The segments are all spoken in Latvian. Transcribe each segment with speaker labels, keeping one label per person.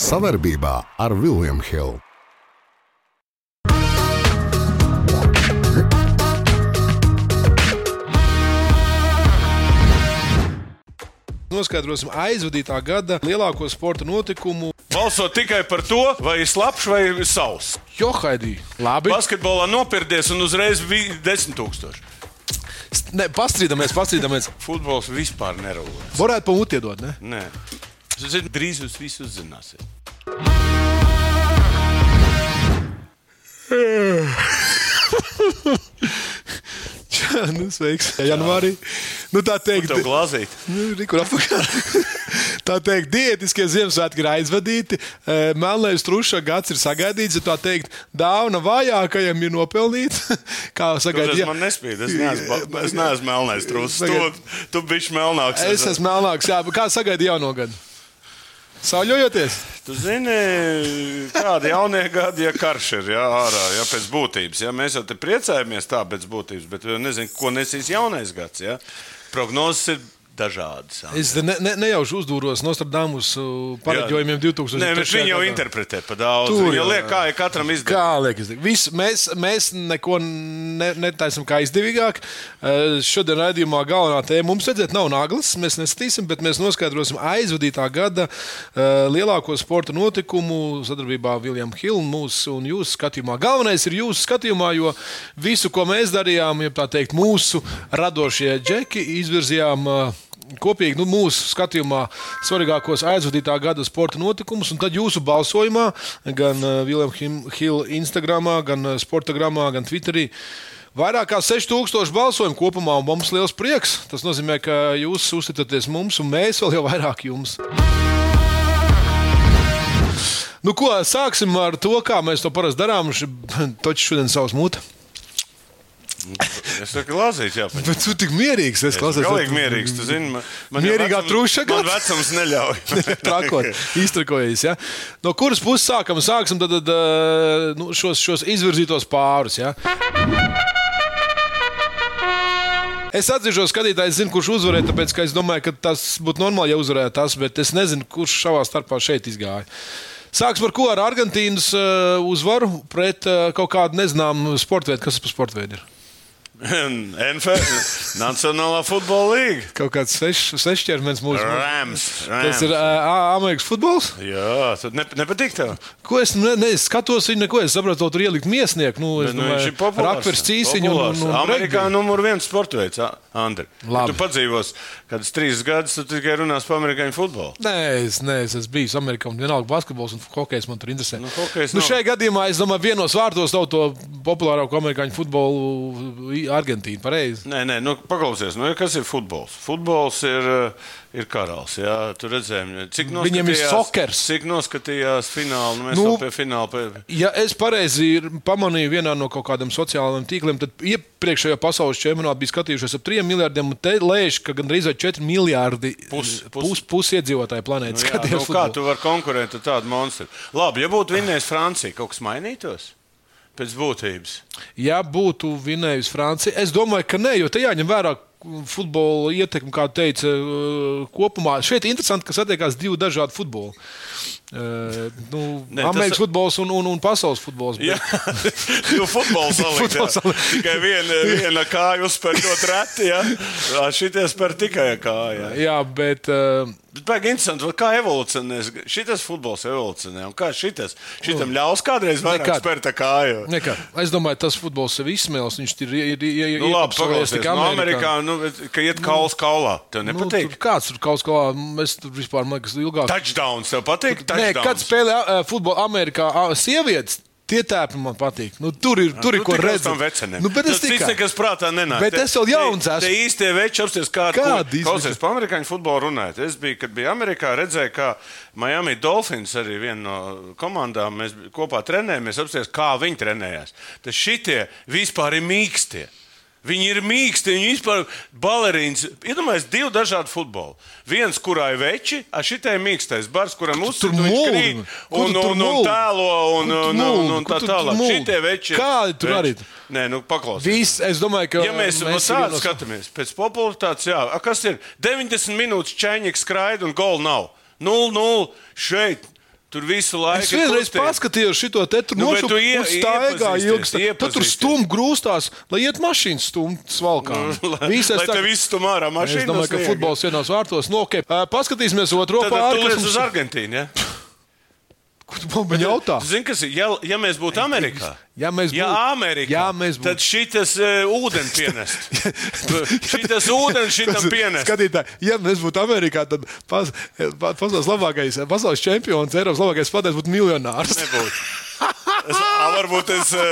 Speaker 1: Savarbībā ar Vilniem Hilu.
Speaker 2: Noskaidrosim aizvadītā gada lielāko sporta notikumu.
Speaker 3: Balso tikai par to, vai ir slapjš vai sauss.
Speaker 2: Johaidī, labi. Pas...
Speaker 3: Basketbolā nopirties un uzreiz bija 10,000.
Speaker 2: Ne, pastrīdamies, pastrīdamies.
Speaker 3: Futbols vispār nerūpē.
Speaker 2: Varētu pamūt iedot, ne?
Speaker 3: Nē, zinu, drīz jūs visi uzzināsiet.
Speaker 2: Jā, nu, sveiks. Janvārī. Nu, tā teikt,
Speaker 3: Tev glāzīt.
Speaker 2: nu, Rikur apakā. Tā teikt, diētiskie Ziemassvētki ir aizvadīti. e, Melnais truša gads ir sagaidīts, ja tā teikt, dāvana vājākajam ir nopelnīta. Kā
Speaker 3: Tāpēc
Speaker 2: sagaidīt?
Speaker 3: man nespīd. Es neesmu, ba- es neesmu melnais trūcis.
Speaker 2: Tagad-
Speaker 3: Tu, tu biji melnāks.
Speaker 2: Es esmu melnāks, jā, bet kā sagaidīt jauno gadu? Sauļojoties?
Speaker 3: Tu zini, kāda jaunie gadi, ja karš ir jā, ārā, ja pēc būtības. Ja? Mēs jau te priecājamies tā pēc būtības, bet vēl nezinu, ko nesīs jaunais gads. Ja? Prognozes ir dažādas. jā.
Speaker 2: Es te ne, ne, nejauši uzdūros Nostradamus uh, pareģojumiem 2000.
Speaker 3: Nē, viņš viņu jau interpretē par daudz.
Speaker 2: Tur
Speaker 3: Tur jau
Speaker 2: jau,
Speaker 3: liek,
Speaker 2: jā.
Speaker 3: kā ir katram izdevīgi.
Speaker 2: Kā liekas, Vis, mēs, mēs neko ne, netaisām kā izdevīgāk. Eh, Šodien raidījumā galvenā tēma mums, redziet, nav naglas. Mēs neskatīsim, bet mēs noskaidrosim aizvadītā gada eh, lielāko sporta notikumu sadarbībā ar Viljams Hilmus un jūsu skatījumā. Galvenais ir jūsu skatījumā, jo visu, ko mēs darījām, ja tā teikt, mūsu radošie džeki izvirzījām. eh, kopīgi nu, mūsu skatījumā svarīgākos aizvadītā gada sporta notikumus. un Tad jūsu balsojumā, gan eh, Vilnišķa Hila Instagram, gan eh, Sportagramā, gan Twitterī. Vairāk kā 6000 balsojumu kopumā, un mums liels prieks. Tas nozīmē, ka jūs uzticaties mums, un mēs vēl jau vairāk jums. Nu, ko sāksim ar to, kā mēs to parasti darām? Ši- Toķis šodien savus mūtu.
Speaker 3: Es saku, lasīt, jā.
Speaker 2: Bet tu tik mierīgs, es
Speaker 3: Tas
Speaker 2: klausos.
Speaker 3: ir galīgi mierīgs. Tu zini, man, man jau
Speaker 2: Mierīgā
Speaker 3: vecums-
Speaker 2: truša
Speaker 3: Man
Speaker 2: gads.
Speaker 3: vecums neļauj.
Speaker 2: trakot, iztrakojies. Ja? No kuras puses sākam? Sāksim tad, tad, eh, nu, šos, šos izvirzītos pārus. Ja? Es atzīšos, skatītājs zina, kurš uzvarēja, tāpēc ka es domāju, ka tas būtu normāli, ja uzvarētu tas, bet es nezinu, kurš šavā starpā šeit izgāja. Sāks par ko ar Argentīnas eh, uzvaru pret eh, kaut kādu nezināmu sporta veidu. Kas tas par sporta veidu ir?
Speaker 3: NFL, Nacionālā futbola līga.
Speaker 2: Kaut kāds seš- sešķermenis mūsu.
Speaker 3: Rams.
Speaker 2: Tas ir
Speaker 3: Rams.
Speaker 2: eh, ā- Amerikas futbols.
Speaker 3: Jā, tad ne, nepatīk tev.
Speaker 2: Ko es ne, ne, es skatos, viņa neko es saprotu, tur ielikt mākslinieku. Nu, es
Speaker 3: Bet, nu, viņš ir
Speaker 2: domāju,
Speaker 3: populārs.
Speaker 2: raksturs cīsiņš un, un, un
Speaker 3: Amerikā nu-
Speaker 2: regbiju.
Speaker 3: numur viens sporta veids, Ā- Andri.
Speaker 2: Labi.
Speaker 3: Labi. Tu padzīvos, kad es trīs gadus, tu tikai runās par amerikāņu futbolu.
Speaker 2: Nē, es neesmu bijis Amerikā. un Vienalga, basketbols un hokejs man tur interesē.
Speaker 3: Nu, hokejs
Speaker 2: nu,
Speaker 3: nav.
Speaker 2: šajā gadījumā, es domāju, vienos vārtos tev to populārāko amerikāņu futbolu, i- Argentīnu. Pareizi.
Speaker 3: Nē, nē, nu, paklausies, nu, kas ir futbols? Futbols ir, uh, ir karalis. Jā, tur redzējām, cik noskatījās.
Speaker 2: Viņiem ir sokers.
Speaker 3: Cik noskatījās finālu? Nu, mēs
Speaker 2: Nu,
Speaker 3: nu, pie fināla. Pie...
Speaker 2: Ja es pareizi ir- pamanīju vienā no kaut kādiem sociālajiem tīkliem, tad iepriekšējā pasaules čempionātā bija skatījušies ap 3 miljardiem, un te lēš, ka gandrīz vai 4 miljardi
Speaker 3: Pus- pus.
Speaker 2: pus, pus iedzīvotāju planētas
Speaker 3: Nu, jā,
Speaker 2: skatījās.
Speaker 3: nu, kā
Speaker 2: futbolu.
Speaker 3: tu vari konkurēt ar tādu monstru? Labi, ja būtu vinnējis Francija, kaut kas mainītos pēc būtības.
Speaker 2: ja būtu vinējusi Francija. Es domāju, ka nē, jo te jāņem vērā mm, futbola ietekme, kā teica, eh, kopumā. Šeit ir interesanti, ka satiekās divi dažādi futboli. Eh, Nu,
Speaker 3: Nē,
Speaker 2: nē,
Speaker 3: tas-
Speaker 2: Amerikas tas... futbols un, un, un pasaules futbols.
Speaker 3: Jā,
Speaker 2: bet-
Speaker 3: jau Nu, futbols salikt, jā.
Speaker 2: Futbols salikt.
Speaker 3: tikai viena, viena kāja uzspēr ļoti reti. Jā, šitie spēr tikai kāja.
Speaker 2: Jā, bet eh,
Speaker 3: Bet baigi interesanti, vai kā evolūcionēs. Šitas futbols evolūcionē, un kā šitas? Šitam ļaus kādreiz vairāk
Speaker 2: Nekad.
Speaker 3: spērt kāju.
Speaker 2: nekā. es domāju, tas futbols sev izsmēlis. Viņš ir ierakstījis
Speaker 3: Nu, labi, pagaidies, ka no Amerikā, nu, bet, ka iet kauls kaulā, tev
Speaker 2: Nu, tur
Speaker 3: nepatīk.
Speaker 2: kāds tur kaut kā, mēs tur vispār, man liekas, ilgāk.
Speaker 3: Touchdowns tev patīk?
Speaker 2: Nē, kad
Speaker 3: Touchdowns.
Speaker 2: spēlē uh, futbolu Amerikā, uh, sievietes tie tēpi man patīk. Nu, tur ir, tur ir
Speaker 3: Nu,
Speaker 2: ko
Speaker 3: tikai uz
Speaker 2: redzēt.
Speaker 3: tām vecenēm.
Speaker 2: Nu, bet es
Speaker 3: Tas viss,
Speaker 2: tikai
Speaker 3: kas prātā nenāk.
Speaker 2: Bet
Speaker 3: Te-
Speaker 2: es vēl jauns
Speaker 3: te-
Speaker 2: esmu.
Speaker 3: Te īstie veči apsties, kāda
Speaker 2: Kādi
Speaker 3: ir.
Speaker 2: īsti
Speaker 3: Klausies, pa amerikāņu futbolu runājot. Es biju, kad biju Amerikā, redzēju, kā Miami Dolphins arī viena no komandām. Mēs bi- kopā trenējamies, apsties, kā viņi trenējās. Tad šitie vispār ir mīkstie. Viņi ir mīksti, viņi vispār balerīns. Iedomājieties, divi dažādi futboli. Viens, kurā ir veči, a šitai ir mīkstais bars, kuram
Speaker 2: tur
Speaker 3: uzsver
Speaker 2: mūžīgi.
Speaker 3: un, un, un, un tēlo un, un, un, un tā tālāk. Šitie veči. ir-
Speaker 2: Kādi tur arī?
Speaker 3: Nē, nu paklausies.
Speaker 2: Viss, es domāju, ka
Speaker 3: Ja mēs
Speaker 2: ir
Speaker 3: no tādu
Speaker 2: vienos-
Speaker 3: skatāmies, pēc popularitātes, jā, a, kas ir 90 minūtes čēniņš skraida un gola nav. 0-0 šeit. Tur visu laiku
Speaker 2: Es vienreiz
Speaker 3: kustē.
Speaker 2: paskatījos šo te tur
Speaker 3: Nu, bet
Speaker 2: nošu,
Speaker 3: tu ie-
Speaker 2: un staigā
Speaker 3: iepazīsties,
Speaker 2: ilgi. sta- Tad tur
Speaker 3: iepazīsties.
Speaker 2: stumbi grūstās, lai iet mašīnas stumbi valkā.
Speaker 3: Nu, Lai, lai tev viss tur mārā
Speaker 2: Es
Speaker 3: mašīnā.
Speaker 2: domāju, ka
Speaker 3: sniega.
Speaker 2: futbols vienos vārtos. Nu, okay. Ā, Paskatīsimies otro
Speaker 3: Tad tu
Speaker 2: pāri.
Speaker 3: liec uz Argentīnu. Ja?
Speaker 2: Kur tu man jautā?
Speaker 3: Tu Zini, kas ir? Ja, ja mēs būtu Amerikā,
Speaker 2: Ja mēs
Speaker 3: ja
Speaker 2: būtu-
Speaker 3: Amerikā,
Speaker 2: Ja mēs būtu.
Speaker 3: tad šitas uh, ūdens pienest. šitas ūdens šitam pienest.
Speaker 2: Skatītāji, ja mēs būtu Amerikā, tad pas, pa- pasaules labākais, pasaules čempions, Eiropas labākais spēlētājs būtu miljonārs.
Speaker 3: Nebūtu. Es, ā, varbūt es e,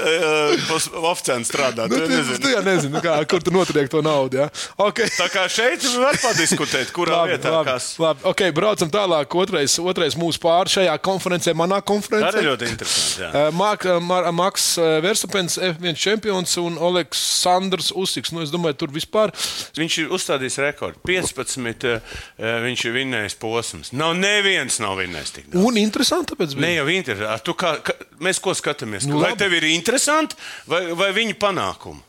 Speaker 3: uh, uh, oficiāli strādāju.
Speaker 2: Nu,
Speaker 3: to
Speaker 2: tu,
Speaker 3: nezinu.
Speaker 2: tu jau nezini, kā, kur tu notriek to naudu. Ja? Okay.
Speaker 3: Tā kā šeit var padiskutēt, kurā
Speaker 2: Labi,
Speaker 3: vietā
Speaker 2: labi,
Speaker 3: kas.
Speaker 2: labi. Okay, braucam tālāk. Otrais, otrais mūsu pāri šajā konferencē, manā
Speaker 3: Tā ir
Speaker 2: konferencē.
Speaker 3: ļoti interesanti. jā.
Speaker 2: Eh, Mark- eh, Mar- Maks eh, Verstapens, F1 čempions un Aleksandrs Usiks. Nu, es domāju, tur vispār
Speaker 3: Viņš ir uzstādījis rekordu. 15. eh, viņš ir vinnējis posms. Nav neviens nav vinnējis tik daudz.
Speaker 2: un interesanti. tāpēc bija.
Speaker 3: Ne jau interesanti. Tu Kā, kā, mēs ko skatāmies?
Speaker 2: Nu,
Speaker 3: Nu, vai
Speaker 2: labi.
Speaker 3: tev ir interesanti, vai, vai viņa panākumi?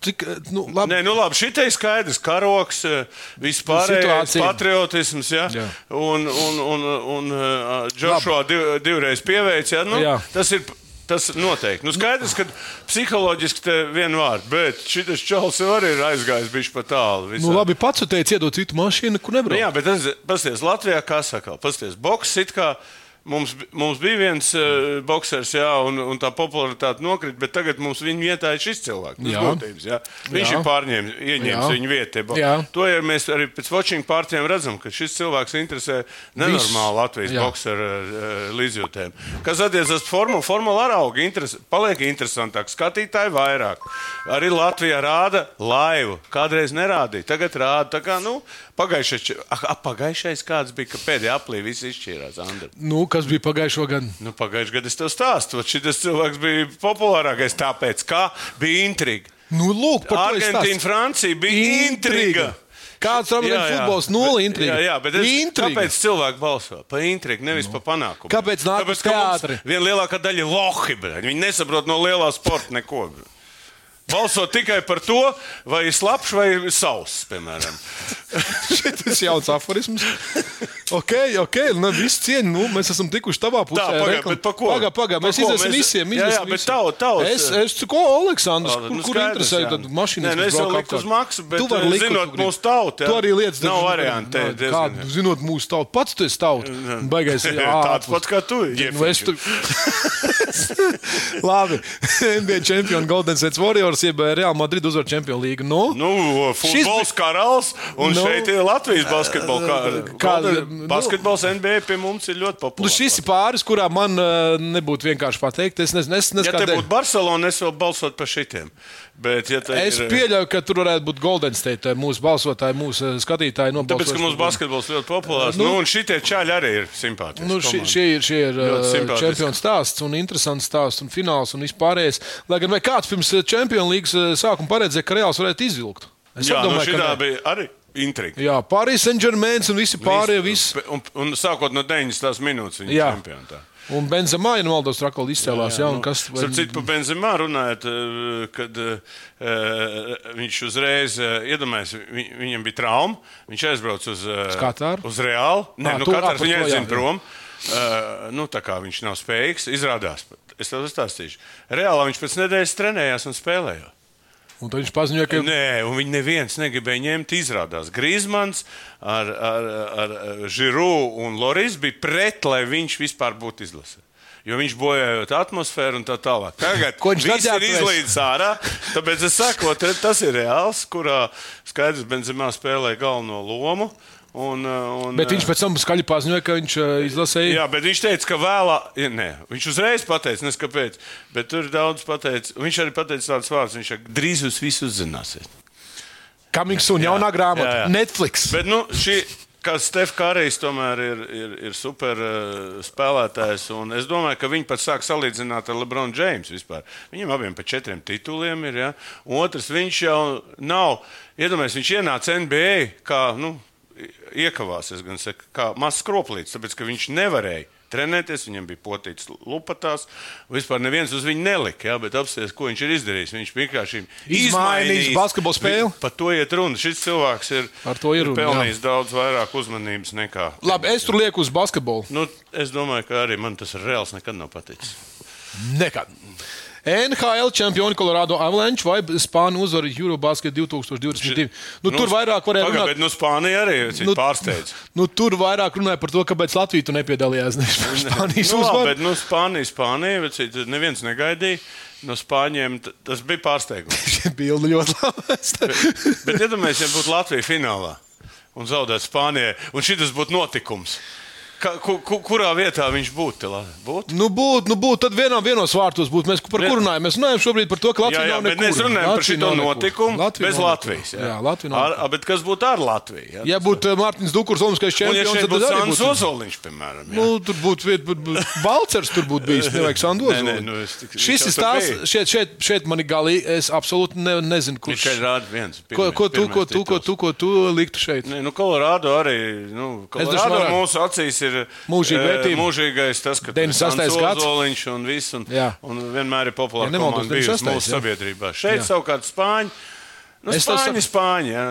Speaker 2: Cik, eh, nu, labi,
Speaker 3: Nē, nu labi, šī ir skaidrs. Karoks, vispār
Speaker 2: Situācija.
Speaker 3: patriotisms, ja?
Speaker 2: Jā.
Speaker 3: un, un, un, un uh, Džošo div, divreiz pieveicis. Ja? Nu,
Speaker 2: Jā.
Speaker 3: tas ir tas noteikti. Nu, skaidrs, ka psiholoģiski te vienvārds, bet šis čels jau arī ir aizgājis bijis pa tālu. visā.
Speaker 2: nu, labi pats teici, iedod citu mašīnu, kur
Speaker 3: Nu,
Speaker 2: nebrauc.
Speaker 3: jā, bet tas, pasties, Latvijā kā saka, pasties, boks it kā. Mums, bi- mums bija viens uh, boxers, jā, un, un tā popularitāte nokrita, bet tagad mums viņa vietā ir šis cilvēks. Tas
Speaker 2: Jā.
Speaker 3: būtības, jā. Viņš
Speaker 2: Jā.
Speaker 3: jā. ir pārņēmis, ieņēmis
Speaker 2: Jā.
Speaker 3: viņu vietu. tie bo-
Speaker 2: Jā.
Speaker 3: To jau mēs arī pēc watching pārtiem redzam, ka šis cilvēks interesē nenormāli Latvijas
Speaker 2: Jā.
Speaker 3: boxera uh, līdzjūtēm. Kas attiecas uz formu, formula araugu, interes, paliek interesantāk, skatītāji vairāk. Arī Latvijā rāda laivu. Kādreiz nerādīja, tagad rāda. Tā kā, nu, pagaišais, pagaišais ah, kāds bija, ka pēdējā aplī viss izšķīrās. Andri.
Speaker 2: Nu, kas bija pagājušo gadu?
Speaker 3: Nu, Pagājušajā gadā es tev stāstu, ka šis cilvēks bija populārākais tāpēc, ka bija intriga.
Speaker 2: Nu, lūk, par to es stāstu.
Speaker 3: Argentīna, Francija bija intriga. intriga.
Speaker 2: Kāds tam ir futbols? Nulle intriga.
Speaker 3: Jā, jā, bet es,
Speaker 2: Intriga. Nu.
Speaker 3: kāpēc cilvēki balso par intrigu, nevis no. par panākumu?
Speaker 2: Kāpēc nāk uz
Speaker 3: Tāpēc, ka mums
Speaker 2: teātri?
Speaker 3: Viena lielākā daļa ir lohi. bļaļ. Viņi nesaprot no lielā sporta neko. bļaļ. Balso tikai par to, vai ir slapjš vai sauss, piemēram.
Speaker 2: Tas ir jauns aforisms. Ok, ok, nu viss cieņa. Nu, mēs esam tikuši tavā pusē.
Speaker 3: Tā, pagaid,
Speaker 2: reklam-
Speaker 3: bet pa ko?
Speaker 2: Pagā, pagā,
Speaker 3: Pa
Speaker 2: mēs
Speaker 3: ko?
Speaker 2: iziesim
Speaker 3: Mēs-
Speaker 2: visiem.
Speaker 3: Jā, jā,
Speaker 2: iziesim
Speaker 3: bet
Speaker 2: visiem.
Speaker 3: tau- tavs-
Speaker 2: Es, es, ko, Aleksandrs,
Speaker 3: Tāda,
Speaker 2: kur,
Speaker 3: nu,
Speaker 2: kur
Speaker 3: skaidrs,
Speaker 2: interesē
Speaker 3: jā.
Speaker 2: tad mašīnas?
Speaker 3: Nē, nu, es jau liktu uz maksu, bet,
Speaker 2: tu vari
Speaker 3: eh,
Speaker 2: likt,
Speaker 3: zinot
Speaker 2: kur tu gribi.
Speaker 3: mūsu tautu, jā.
Speaker 2: Tu arī lietas.
Speaker 3: Nav
Speaker 2: dažas-
Speaker 3: variantu,
Speaker 2: Nē,
Speaker 3: diezgan,
Speaker 2: kādu
Speaker 3: jā.
Speaker 2: Zinot mūsu tautu, pats tu esi tauta. Baigais. ir
Speaker 3: Tāds
Speaker 2: ārpus.
Speaker 3: pats kā tu.
Speaker 2: Nu, es tu... Labi. NBA čempions Golden State Warriors, jeb eh, Real Madrid uzvar Čempionu līgu. Nu,
Speaker 3: Nu, futbols Šis... karalis, un
Speaker 2: Nu,
Speaker 3: nu, šeit ir Latvijas basketbols. Kā, kā,
Speaker 2: kā- nu-
Speaker 3: basketbols NBA pie mums ir ļoti populārs.
Speaker 2: Nu, šis ir pāris, kurā man uh, nebūtu vienkārši pateikt. Es nezinu, es nezinu
Speaker 3: Ja te
Speaker 2: kādēļ.
Speaker 3: būtu Barcelona, es vēl balsotu par šitiem. Bet, ja te
Speaker 2: Es
Speaker 3: ir,
Speaker 2: pieļauju, ka tur varētu būt Golden State. eh, Mūsu balsotāji, mūsu eh, skatītāji
Speaker 3: Tāpēc,
Speaker 2: nobalsoja.
Speaker 3: ka mums basketbols ļoti populārs,
Speaker 2: Nu.
Speaker 3: nu, nu un šitie čaļi arī ir simpātiski.
Speaker 2: Nu, šie, šie ir, šie ir
Speaker 3: Ļoti
Speaker 2: eh,
Speaker 3: simpātiski.
Speaker 2: čempionu stāsts un interesants stāsts un fināls un vispārējais. Lai gan vai kāds pirms eh, čempionu līgas eh, sākuma paredzēja, ka Reāls varētu izvilkt? Es
Speaker 3: Jā, nu,
Speaker 2: apdomāju, ka
Speaker 3: šitā
Speaker 2: nē.
Speaker 3: bija nu, arī intriga.
Speaker 2: Jā, Pāris Saint-Germains un visi pārējie. Visi.
Speaker 3: Un, un, un sākot no 90. minūtes viņa
Speaker 2: Jā.
Speaker 3: čempionātā.
Speaker 2: Un Benzema ir maldos rakstā izcēlās. Jā, jā, jā,
Speaker 3: nu,
Speaker 2: un kas,
Speaker 3: Starp citu, par Benzemā runājot, eh, kad eh, viņš uzreiz eh, iedomājās, vi- viņam bija trauma. Viņš aizbrauca uz, eh,
Speaker 2: Katāru?
Speaker 3: uz Reālu. Nē,
Speaker 2: Ā,
Speaker 3: nu,
Speaker 2: tu- ā,
Speaker 3: Katārs
Speaker 2: par to,
Speaker 3: viņu
Speaker 2: jā, jā.
Speaker 3: aizdzina prom. Eh, Nu, tā kā viņš nav spējīgs, izrādās. Es tev pastāstīšu. Reālā viņš pēc nedēļas trenējās un spēlēja.
Speaker 2: un tad viņš paziņoja, ka
Speaker 3: Nē, un viņi neviens negribēja ņemt. Izrādās, Grīsmans ar, ar, ar Žiru un Loris bija pret, lai viņš vispār būtu izlasīts. Jo viņš bojājot atmosfēru un tā tālāk. Tagad
Speaker 2: Ko viņš
Speaker 3: viss ir
Speaker 2: redzētu,
Speaker 3: izlīdzis ārā. Tāpēc es saku, te- tas ir reāls, kurā skaidrs Benzemā spēlē galveno lomu. Un, uh, un,
Speaker 2: Bet
Speaker 3: uh,
Speaker 2: viņš pēc tam skaļi paziņoja, ka viņš eh, izlasīja.
Speaker 3: Jā, bet viņš teica, ka vēlāk, nē, viņš uzreiz pateica, nes kāpēc. Bet tur ir daudz pateicis. Viņš arī pateica tādus vārdus, viņš saka, drīz jūs visus uzzināsiet.
Speaker 2: Kamings un jaunā grāmata
Speaker 3: jā, jā.
Speaker 2: Netflix.
Speaker 3: Bet, nu, šī, kā Stefan Kārijs, tomēr ir, ir, ir super uh, spēlētājs. un Es domāju, ka viņi pat sāk salīdzināt ar Lebronu Džeimsu. vispār. Viņam abiem pa četriem tituliem ir. Ja? Otrs, viņš jau nav. Iedomājieties, viņš ienāca NBA kā nu, iekavās. Es gan saku, kā mazs skroplīts, tāpēc ka viņš nevarēja. Trenēties, viņam bija potīts lupatās. Vispār neviens uz viņu nelika. Jā, bet apstāties, ko viņš ir izdarījis. Viņš vienkārši
Speaker 2: Izmainījis basketbola spēli.
Speaker 3: Vi- Par to iet runa. Šis cilvēks ir,
Speaker 2: Par to ir
Speaker 3: ir
Speaker 2: runa, jā.
Speaker 3: pelnījis daudz vairāk uzmanības nekā.
Speaker 2: Labi, es tur lieku uz basketbolu.
Speaker 3: Nu, es domāju, ka arī man tas reāls nekad nav paticis.
Speaker 2: Nekad. NHL čempioni Colorado Avalanche vai Spānija uzvar Eurobasket 2022. Nu, tur vairāk varēja
Speaker 3: Pagad,
Speaker 2: runāt.
Speaker 3: Bet nu, Spānija arī
Speaker 2: Nu,
Speaker 3: nu, pārsteidz.
Speaker 2: Nu, tur vairāk runāja par to, kāpēc Latvija tur nepiedalījās. Ne, Spānijas
Speaker 3: nu, labi,
Speaker 2: uzvara.
Speaker 3: bet nu, Spānija, Spānija, bet cit, neviens negaidīja. No Spāņiem t- tas bija pārsteigums.
Speaker 2: Bildi ļoti labi.
Speaker 3: Bet iedomājieties, ja būtu Latvija finālā un zaudētu Spānijai, un šis būtu notikums. Ka, ku, ku, kurā vietā viņš būtu? te, la- būtu?
Speaker 2: Nu, būtu, nu, būtu, tad vienam vienos vārtos būtu. Mēs par
Speaker 3: Bet-
Speaker 2: ko runājam? Mēs runājam šobrīd par to, ka
Speaker 3: Jā,
Speaker 2: Latvija
Speaker 3: jā,
Speaker 2: nav
Speaker 3: bet
Speaker 2: nekur.
Speaker 3: mēs runājam par
Speaker 2: Latvija
Speaker 3: šo
Speaker 2: nav nekur.
Speaker 3: notikumu
Speaker 2: Latvija
Speaker 3: bez
Speaker 2: nav
Speaker 3: Latvijas.
Speaker 2: nekur. Jā, Latvija nav.
Speaker 3: Ar, a, bet kas būtu ar Latviju? Jā?
Speaker 2: Ja būtu eh, Mārtiņš Dukurs, Olimpiskais
Speaker 3: Un, ja
Speaker 2: čempions,
Speaker 3: šeit
Speaker 2: tad
Speaker 3: būtu
Speaker 2: tas arī
Speaker 3: Jānis
Speaker 2: būtu.
Speaker 3: Ozoliņš, piemēram, jā.
Speaker 2: Nu, tur būtu vieta, bet- bet Balcers tur būtu bijis. Nevajag Sandos.
Speaker 3: Nē, nē, nu, es tik-
Speaker 2: Šis ir
Speaker 3: viņš jau tur
Speaker 2: stāsts.
Speaker 3: bija.
Speaker 2: Šeit, šeit, šeit man ir galīgi. Es absolūti ne, nezinu, kurš.
Speaker 3: viņš šeit rāda viens.
Speaker 2: Ko,
Speaker 3: pirmais-
Speaker 2: ko, tu,
Speaker 3: pirmais
Speaker 2: ko, tu, ko,
Speaker 3: tituls.
Speaker 2: tu, ko tu liktu šeit?
Speaker 3: Nē, nu, Kolorādo arī. Nu,
Speaker 2: droši
Speaker 3: Kolorādo
Speaker 2: vien varētu.
Speaker 3: mūsu acīs ir
Speaker 2: Mūžīga
Speaker 3: eh,
Speaker 2: vērtība.
Speaker 3: mūžīgais tas, ka
Speaker 2: 98. gads.
Speaker 3: Zoliņš un viss. Un,
Speaker 2: Jā.
Speaker 3: un vienmēr ir populārs.
Speaker 2: Ja
Speaker 3: Ja
Speaker 2: nemaldos,
Speaker 3: nemaldos, bijusi
Speaker 2: 98.,
Speaker 3: mūsu
Speaker 2: jā.
Speaker 3: sabiedrībā. Šeit
Speaker 2: Jā.
Speaker 3: savukārt Spāņi. Nu,
Speaker 2: Es tev
Speaker 3: Spāņi, Spāņi, jā.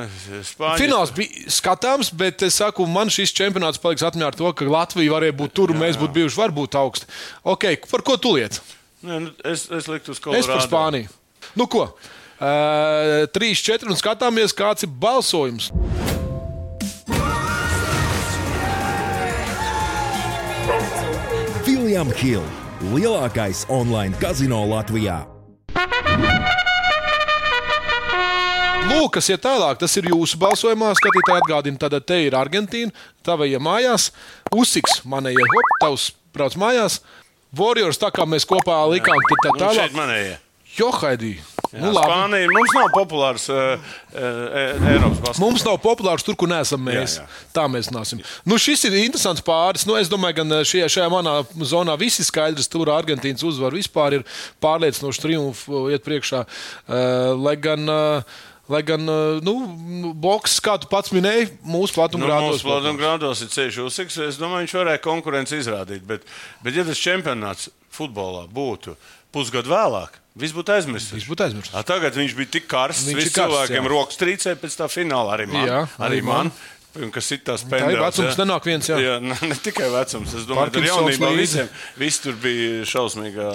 Speaker 3: Spāņi.
Speaker 2: Fināls bija skatāms, bet es saku, man šis čempionāts paliks atmiņā ar to, ka Latvija varēja būt tur, un mēs būtu bijuši varbūt augsti. Ok, par ko tu liec?
Speaker 3: Nē, nu, es, es liktu uz
Speaker 2: Es
Speaker 3: Kolorādo.
Speaker 2: par Spāniju. Nu ko? Uh, 3, 4 un skatāmies, kāds ir balsojums.
Speaker 4: Viljams Hilde, lielākais online kazino Latvijā.
Speaker 2: Lūk, kas ir tālāk, tas ir jūsu balsojumā. Skatītāji atgādina, tad te ir Argentīna, tavējie mājās, Usiks, manējie, hop, tavs brauc mājās. Warriors, tā kā mēs kopā likām, tad tā
Speaker 3: Un Nu, šeit
Speaker 2: tālāk.
Speaker 3: manējie.
Speaker 2: Johaidī, nu
Speaker 3: Nu,
Speaker 2: labi.
Speaker 3: Spānija mums nav populārs uh, uh, Eiropas basketbols.
Speaker 2: Mums nav populārs tur, kur neesam mēs. Jā,
Speaker 3: Jā,
Speaker 2: jā. Tā mēs nāsim. Nu, šis ir interesants pāris. Nu, es domāju, ka šajā, šajā manā zonā viss ir skaidrs. Tur Argentīnas uzvara vispār ir pārliecinoši triumfu iet priekšā. Eh, Lai gan, eh, lai gan eh, nu, boks, kā tu pats minēji, mūsu
Speaker 3: Nu,
Speaker 2: platumgrādos.
Speaker 3: Mums Latvijas grādos ir ceļš uz Usiks. Es domāju, viņš varēja konkurenci izrādīt. Bet, bet ja tas čempionāts futbolā būtu pusgadu vēlāk, viss būtu aizmirsts.
Speaker 2: Viss būtu aizmirsts.
Speaker 3: A, tagad viņš bija tik karsts,
Speaker 2: Viņš
Speaker 3: ka
Speaker 2: ir karsts,
Speaker 3: visi
Speaker 2: jā.
Speaker 3: cilvēkiem rokas trīcē pēc tā fināla arī man.
Speaker 2: Jā, arī
Speaker 3: arī man. un Kas ir tās
Speaker 2: ir
Speaker 3: pēdējās?
Speaker 2: vecums, nenāk viens, jā.
Speaker 3: jā ne, ne tikai vecums. Es domāju, ka
Speaker 2: Parkinsons
Speaker 3: jaunībā
Speaker 2: līdzi.
Speaker 3: visiem viss tur bija šausmīgā.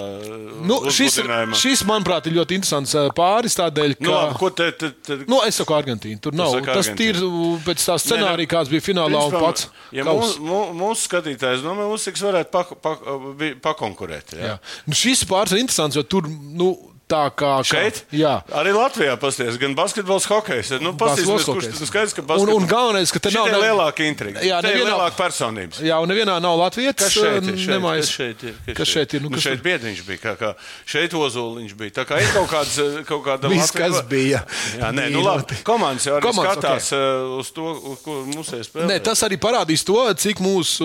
Speaker 2: Nu, šis,
Speaker 3: uzbudinājumā.
Speaker 2: šis, manuprāt, ir ļoti interesants eh, pāris. Tādēļ, ka,
Speaker 3: Nu, labi, ko te, te, te,
Speaker 2: nu, es saku, Argentīna. Tur nav.
Speaker 3: saki
Speaker 2: Tas ir
Speaker 3: Argentīna.
Speaker 2: pēc tā
Speaker 3: Nē,
Speaker 2: scenārija,
Speaker 3: nē.
Speaker 2: kāds bija finālā un
Speaker 3: Principā,
Speaker 2: pats.
Speaker 3: Ja
Speaker 2: kaus.
Speaker 3: mūsu mūs, mūs skatītājs, domāju, Usiks varētu pak, pak, bi- pakonkurēt. Jā.
Speaker 2: Jā. Nu, šis pāris ir interesants, jo tur nu, tā kā. kā-
Speaker 3: Šeit?
Speaker 2: Jā.
Speaker 3: Arī Latvijā pasties, gan basketbols, hokejs. Nu,
Speaker 2: Basketbols,
Speaker 3: pasties,
Speaker 2: hokejs.
Speaker 3: kurš tas skaidrs, ka
Speaker 2: Un,
Speaker 3: basketbols.
Speaker 2: un galvenais, ka te nav
Speaker 3: nav
Speaker 2: ne-
Speaker 3: lielāka intriga.
Speaker 2: Jā,
Speaker 3: Jā, te ir
Speaker 2: nevienā-
Speaker 3: lielāka personības.
Speaker 2: Jā, un nevienā nav Latvijas um,
Speaker 3: Kas šeit ir? Šeit,
Speaker 2: nemais.
Speaker 3: kas šeit ir?
Speaker 2: Kas šeit ir? Nu,
Speaker 3: Nu,
Speaker 2: kas
Speaker 3: šeit
Speaker 2: tur-
Speaker 3: biedriņš bija, kā, kā šeit ozoliņš bija. Tā kā ir kaut kāds, eh, kaut kāda
Speaker 2: Viss,
Speaker 3: Latvija-
Speaker 2: kas bija.
Speaker 3: Jā, nē, nu
Speaker 2: Bija
Speaker 3: labi.
Speaker 2: ļoti.
Speaker 3: Komandas jau arī
Speaker 2: Komandas,
Speaker 3: skatās eh, uz to, uz ko mums ir spēlē.
Speaker 2: Nē, tas arī parādīs to, cik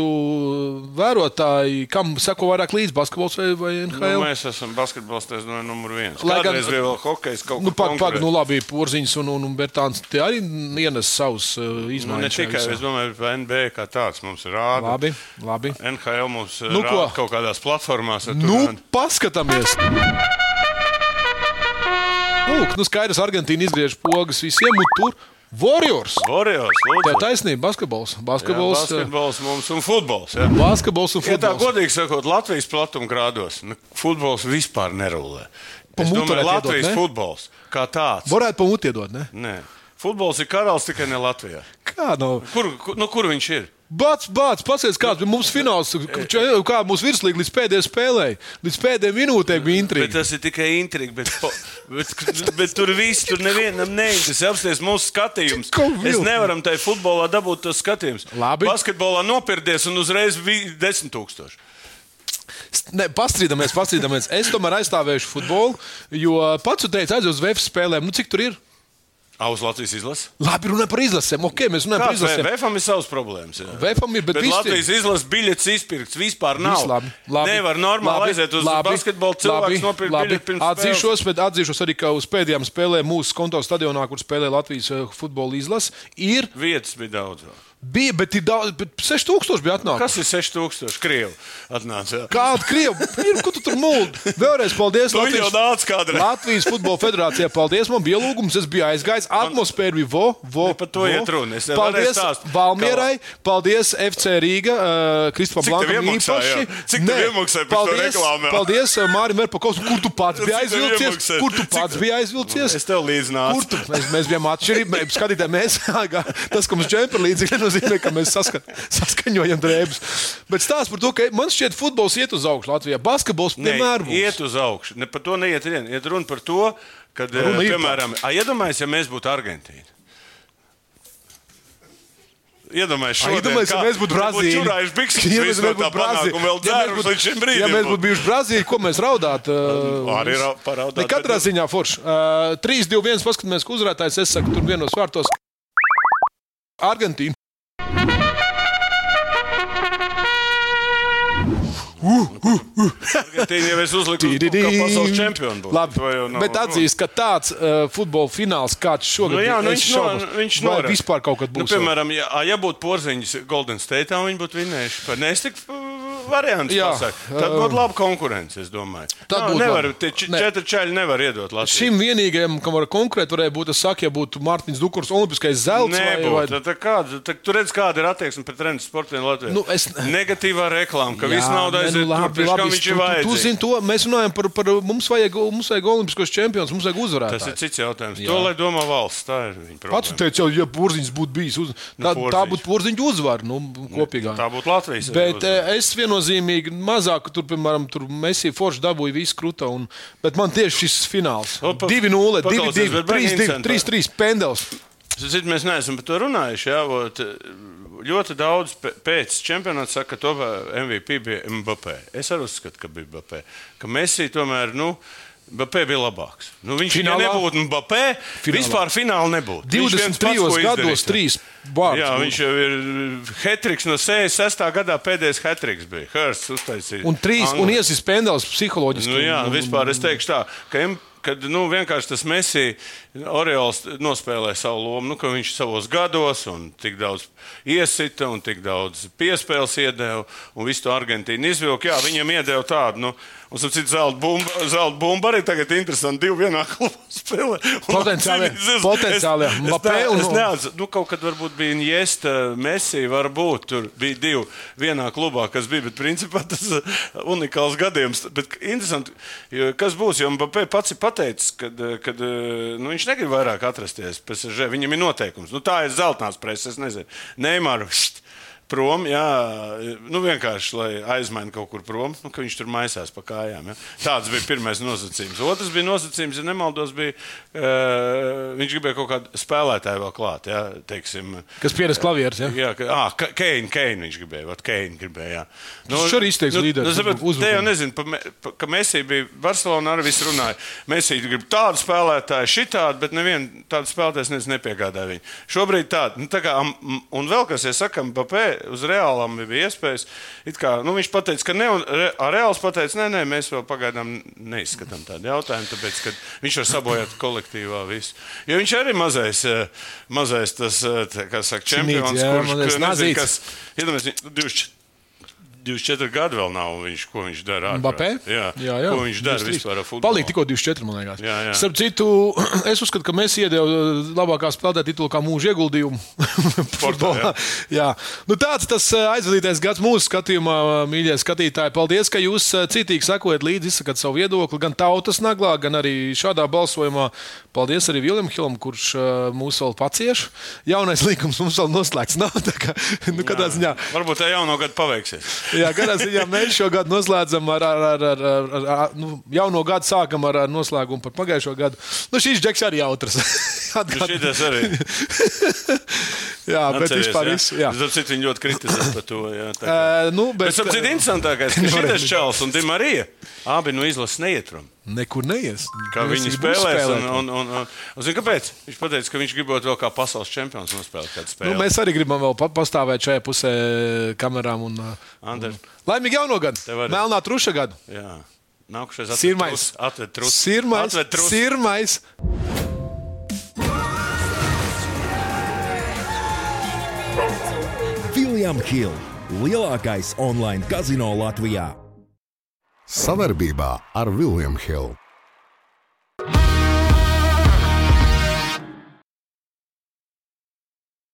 Speaker 2: mūsu vērotāji, kam sako vairāk līdzi basketbols vai, vai
Speaker 3: Nu,
Speaker 2: NHL.
Speaker 3: mēs esam basketbols, tas ir numurs viens.
Speaker 2: Lai
Speaker 3: Lai
Speaker 2: gan-
Speaker 3: gan es biju vēl hokejs, kaut
Speaker 2: Nu,
Speaker 3: kur
Speaker 2: pag, pag, nu, labi, Porziņš un, un, un Bertāns tie arī ienes savus uh, izmaiņas.
Speaker 3: nu, ne
Speaker 2: šajā
Speaker 3: tikai,
Speaker 2: visā.
Speaker 3: es domāju, ka NBA kā tāds mums rāda.
Speaker 2: Labi, labi.
Speaker 3: NHL mums
Speaker 2: Nu,
Speaker 3: nu,
Speaker 2: ko?
Speaker 3: rāda kaut kādās platformās. ja tur
Speaker 2: Nu,
Speaker 3: rāda.
Speaker 2: paskatāmies! Lūk, nu skaidrs, Argentīna izgriež pogas visiem, un tur Warriors!
Speaker 3: Warriors, lūdzu.
Speaker 2: Tev taisnība, basketbols.
Speaker 3: basketbols,
Speaker 2: Basketbols, jā,
Speaker 3: basketbols mums un futbols. Jā.
Speaker 2: basketbols un
Speaker 3: Ja tā
Speaker 2: uh, Mm, futbols.
Speaker 3: godīgi sakot, Latvijas platumgrādos nu, futbols vispār nerulē.
Speaker 2: Pa
Speaker 3: Es
Speaker 2: mutu varētu
Speaker 3: domāju,
Speaker 2: iedot,
Speaker 3: Latvijas
Speaker 2: ne?
Speaker 3: iedot, futbols kā tāds.
Speaker 2: Varētu pamūt iedot, ne?
Speaker 3: Nē. Futbols ir karalis tikai ne Latvijā.
Speaker 2: Kā no?
Speaker 3: Kur, kur, nu, kur viņš ir?
Speaker 2: Bācis, bācis, paskatieties, kāds bija mūsu fināls, k- če- kā mūsu virslīga līdz pēdējai spēlēji, līdz pēdējai minūtei bija
Speaker 3: Bet eh,
Speaker 2: intriga.
Speaker 3: tas ir tikai intriga. Bet, po- bet, bet tur viss tur nevienam neinteresē. Apstāties mūsu skatījums.
Speaker 2: Ko vilkt?
Speaker 3: Mēs nevaram tajā futbolā dabūt tos skatījumus.
Speaker 2: Labi.
Speaker 3: Basketbolā nopirties un uzreiz bija 10 000.
Speaker 2: Ne, pastrīdamies, pastrīdamies. Es tomēr aizstāvēšu futbolu, jo pats teicu, aiz uz VF spēlēm, nu cik tur ir?
Speaker 3: Ā, uz Latvijas izlases.
Speaker 2: Labi, runājam par izlasēm, ok, mēs runājam par
Speaker 3: Kāds
Speaker 2: izlasēm.
Speaker 3: VFam ir savas problēmas? jā.
Speaker 2: VFam ir, bet
Speaker 3: bet
Speaker 2: visi-
Speaker 3: Latvijas izlases biļets izpirkts vispār nav.
Speaker 2: Viss labi, labi,
Speaker 3: Nevar normāli labi, aiziet uz labi, basketbolu. Cilvēks nopirkt
Speaker 2: labi.
Speaker 3: biļeti pirms
Speaker 2: Atzīšos, bet atzīšos arī, ka uz pēdējām spēlēm mūsu konto stadionā, kur spēlē Latvijas eh, futbola izlase, ir
Speaker 3: spēles. Vietas bija daudz. vēl.
Speaker 2: Bija, bet ir daudz, bet 6000 bija atnākuši.
Speaker 3: Kas ir 6000 krievu? Atnāca.
Speaker 2: Kāda krievi? Ir, ko tu tur mūldi? Vēlreiz paldies.
Speaker 3: Tu jau nāc kādreiz.
Speaker 2: Latvijas futbola federācijā. Paldies, man bija lūgums. Es biju aizgājis. Atmosfēra bija vo, vo.
Speaker 3: Ne par to
Speaker 2: vo.
Speaker 3: iet runa, es nevarēju
Speaker 2: Paldies
Speaker 3: stāst.
Speaker 2: Valmierai. Paldies FC Rīga. Uh, Kristofam
Speaker 3: Cik tev
Speaker 2: Blankam
Speaker 3: iemaksāja?
Speaker 2: īpaši.
Speaker 3: Cik tev iemaksāja par to
Speaker 2: paldies,
Speaker 3: reklāmu?
Speaker 2: paldies uh, Mārim Verpakovskim. Kur tu pats
Speaker 3: Cik
Speaker 2: biji
Speaker 3: tev
Speaker 2: aizvilcies?
Speaker 3: iemaksāja?
Speaker 2: Kur tu
Speaker 3: Cik-
Speaker 2: pats biji aizvilcies?
Speaker 3: Es tev līdzi
Speaker 2: Kur
Speaker 3: nācu.
Speaker 2: tu? Mēs, mēs bijām atšķirīgi. Mēs Skatītāji, mēs tas, ka mums džempļi līdzīgi nenozīmē, ka mēs saska, saskaņojam drēbes. Bet stāsts par to, ka man šķiet, futbols iet uz augšu Latvijā. Basketbols
Speaker 3: Nē,
Speaker 2: vienmēr būs.
Speaker 3: iet uz augšu. Ne, par to neiet runa. Ir runa par to, ka,
Speaker 2: Runa ir par-
Speaker 3: piemēram, a, iedomājies, ja mēs būtu Argentīna. Iedomājieties,
Speaker 2: Ai, iedomājies, ja mēs būtu Brazīlija.
Speaker 3: Čurājuši bikses, ja mēs būtu Brazīlija. Un vēl dzērus līdz šim brīdim.
Speaker 2: ja mēs būtu bijuši Brazīlija, ko mēs raudātu?
Speaker 3: Arī ra- paraudāt,
Speaker 2: Ne, Katrā
Speaker 3: bet-
Speaker 2: ziņā forši. Uh, 3, 2, 1. Paskatāmies, kā uzvarētājs. Es saku, tur vienos vārtos. Argentīna.
Speaker 3: Argentīna jau es uzliku kā pasaules čempionu. būtu.
Speaker 2: Labi,
Speaker 3: To jau nav Nu,
Speaker 2: bet
Speaker 3: runa.
Speaker 2: atzīst, ka tāds uh, futbola fināls kāds šogad
Speaker 3: Nu, jā,
Speaker 2: bija,
Speaker 3: nu,
Speaker 2: es
Speaker 3: viņš no,
Speaker 2: šaubos,
Speaker 3: viņš
Speaker 2: vai
Speaker 3: norāda.
Speaker 2: vispār kaut kad būs.
Speaker 3: Nu, piemēram, ja, ā, ja būtu porziņš Golden State, viņi būtu vinējuši. Par nu, nestiku variantu.
Speaker 2: Jā,
Speaker 3: uh,
Speaker 2: um,
Speaker 3: Tad būtu laba konkurence, es domāju.
Speaker 2: Tad būtu
Speaker 3: nevar,
Speaker 2: laba.
Speaker 3: tie či-
Speaker 2: Nē.
Speaker 3: četri čaļi nevar iedot Latviju.
Speaker 2: Šim vienīgajam, kam var konkrēti varēja būt, tas saka, ja būtu Mārtiņš Dukurs, Olimpiskais zelts.
Speaker 3: Nebūtu.
Speaker 2: vai, vai...
Speaker 3: Tad, tad kāda, tad, tu redz, kāda ir attieksme pret treniņu sportiem Latvijā.
Speaker 2: Nu, es-
Speaker 3: Negatīvā reklāma, ka viss nauda
Speaker 2: nē, nu,
Speaker 3: aiziet tur, pie kā
Speaker 2: es-
Speaker 3: viņš
Speaker 2: tu- tu-
Speaker 3: ir
Speaker 2: Tu
Speaker 3: vajadzīgs.
Speaker 2: zini to, mēs runājam par, par mums, vajag, mums vajag olimpiskos čempions, mums vajag uzvarēt.
Speaker 3: Tas ir cits jautājums. To, lai domā valsts, tā ir viņa
Speaker 2: Pats
Speaker 3: problēma.
Speaker 2: teicu, ja Porziņš būtu bijis, uz... tā, nu, tā
Speaker 3: Porziņš.
Speaker 2: būtu Porziņš uzvara nu, kopīgā.
Speaker 3: Tā būtu Latvijas
Speaker 2: Bet
Speaker 3: uzvara.
Speaker 2: eh, es viennozīmīgi mazāk, tur, piemēram, tur Mēsī Forša dabūja visu krūta. Un... Bet man tieši šis fināls
Speaker 3: O, pa-
Speaker 2: 2-0,
Speaker 3: paklausies,
Speaker 2: 2-2,
Speaker 3: bet baigi
Speaker 2: 3-2,
Speaker 3: interesanti.
Speaker 2: 3-3 pendels.
Speaker 3: Zit, mēs neesam par to runājuši. Jā, ot, ļoti daudz pe- pēc čempionāta saka, ka to MVP bija Mbappé. Es arī uzskatu, ka bija Mbappé. Ka Messi tomēr. Nu, Mbappé bija labāks. Nu, viņš
Speaker 2: Finālā?
Speaker 3: finālā, ja nebūtu Mbappé. Finālā. Vispār fināla nebūtu. Viņš viens pats
Speaker 2: 23
Speaker 3: ko
Speaker 2: gados
Speaker 3: izdarītu.
Speaker 2: 3 vārdus.
Speaker 3: Jā,
Speaker 2: būtu.
Speaker 3: viņš jau ir Hetriks no 66. gadā pēdējais Hetriks bija. Hersts uztaisīja.
Speaker 2: Un trīs, un
Speaker 3: Anglis.
Speaker 2: iesis pendels psiholoģiski.
Speaker 3: Nu, jā,
Speaker 2: Un- un-
Speaker 3: vispār es teikšu tā, ka em, kad, nu, vienkārši tas Messi Oriols nospēlē savu lomu, nu, ka viņš savos gados un tik daudz iesita un tik daudz piespēles iedeva un visu to Argentīnu izvilka. Jā, viņam iedeva tādu, nu, un starp citu zelta bumbu, zelta bumbu arī tagad interesanti divi vienā klubā spēlē. Un
Speaker 2: Potenciāli,
Speaker 3: acīm redzams,
Speaker 2: potenciāli,
Speaker 3: es-
Speaker 2: Mbappé
Speaker 3: Es,
Speaker 2: un-
Speaker 3: ne- es neatz, nu, kaut kad varbūt bija Niesta, Messi, varbūt tur bija divi vienā klubā, kas bija, bet principā tas ir unikāls gadījums. Bet interesanti, jo kas būs, jo Mbappé pats ir pateicis, ka nu, viņš negrib vairāk atrasties PSG, viņam ir noteikums. Nu, tā ir zeltnās preses, es nezinu. Neimāru. Prom, jā, nu vienkārši, lai aizmaina kaut kur prom, nu, ka viņš tur maisās pa kājām. Ja? Tāds bija pirmais nosacījums. Otrs bija nosacījums, ja nemaldos, bija, uh, viņš gribēja kaut kādu spēlētāju vēl klāt, ja? teiksim,
Speaker 2: Kas pieredz klavieres, ja?
Speaker 3: Jā, ka, à, ka, Keina, Keina viņš gribēja. Vat, Keina gribēja jā.
Speaker 2: Viņš arī izteiks līderis
Speaker 3: nu, saprot,
Speaker 2: uzbrukumā.
Speaker 3: Te jau nezinu, pa, me- pa, ka Mēsī bija Barcelona arī viss runāja. Mēsī grib tādu spēlētāju, šitādu, bet nevienu tādu spēlētāju es nepiegādāju viņu. Šobrīd tādu, nu, tā kā, am- m- un vēl kas, ja sakam, Papē, uz reālam bija iespējas, it kā, nu, viņš pateica, ka ne, un re, a, reāls pateica, nē, nē, mēs vēl pagaidām neizskatām tādu jautājumu, tāpēc, ka viņš var sabojāt kolektīvā visu. Jo viņš arī mazais, eh, mazais tas, eh, tā kā saka,
Speaker 2: Cimīts,
Speaker 3: čempions,
Speaker 2: jā,
Speaker 3: kurš,
Speaker 2: mazais
Speaker 3: ka nezinu,
Speaker 2: nazīts.
Speaker 3: kas, iedomājies, viņ- 24 24 gadi vēl nav viņš, ko viņš dara. ārprāt.
Speaker 2: Mbappé?
Speaker 3: Jā, jā, jā. Ko viņš dara vispār ar futbolu?
Speaker 2: Palika tikko 24, man liekas.
Speaker 3: Jā, jā.
Speaker 2: Starp citu, es uzskatu, ka mēs iedevām labākā spēlētāja titulu kā mūža ieguldījumu. futbolā. jā. Nu, tāds tas eh, aizvadītais gads mūsu skatījumā, eh, mīļie skatītāji. Paldies, ka jūs eh, citīgi sakojat līdzi, izsakāt savu viedokli gan tautas naglā, gan arī šādā balsojumā. Paldies arī Viljam Hilam, kurš eh, mūs vēl pacieš. Jaunais līgums mums vēl noslēgts nav. tā Kā, nu, kādā ziņā.
Speaker 3: Varbūt tā jauno gadu paveiksies.
Speaker 2: Jā, garā ziņā mēs šo gadu noslēdzam ar, ar, ar, ar, ar, ar, ar nu, jauno gadu, sākam ar, ar noslēgumu par pagājušo gadu. Nu, šīs džeks arī jautras.
Speaker 3: Nu,
Speaker 2: Atgādini.
Speaker 3: Šitas arī.
Speaker 2: jā, bet
Speaker 3: atceries,
Speaker 2: vispār
Speaker 3: jā.
Speaker 2: viss. Jā.
Speaker 3: Es saprotu, viņi ļoti kritizē par to. Jā, tā kā.
Speaker 2: Uh, nu,
Speaker 3: Bet
Speaker 2: bet,
Speaker 3: saprotu,
Speaker 2: eh,
Speaker 3: interesantākais, ka
Speaker 2: Nevarēja.
Speaker 3: šis čels un Dima arī abi no izlases neieturam.
Speaker 2: Nekur neies.
Speaker 3: Kā
Speaker 2: Mēs
Speaker 3: viņi
Speaker 2: viņus
Speaker 3: spēlēs. Un,
Speaker 2: uzspēlēt.
Speaker 3: un, un, un, un, zini, kāpēc? Viņš teica, ka viņš gribētu vēl kā pasaules čempions nospēlēt kādu spēli.
Speaker 2: Nu, mēs arī gribam vēl pa- pastāvēt šajā pusē kamerām. Un, eh,
Speaker 3: Ander,
Speaker 2: laimīgi jauno gadu!
Speaker 3: Tev arī.
Speaker 2: Melnā truša gadu!
Speaker 3: jā. Nākušais
Speaker 2: Sirmais!
Speaker 3: Atved trūcis.
Speaker 2: Sirmais!
Speaker 3: Atved trūcis.
Speaker 2: Sirmais!
Speaker 4: William Hill lielākais online kazino Latvijā.
Speaker 1: Savarbībā ar William Hill.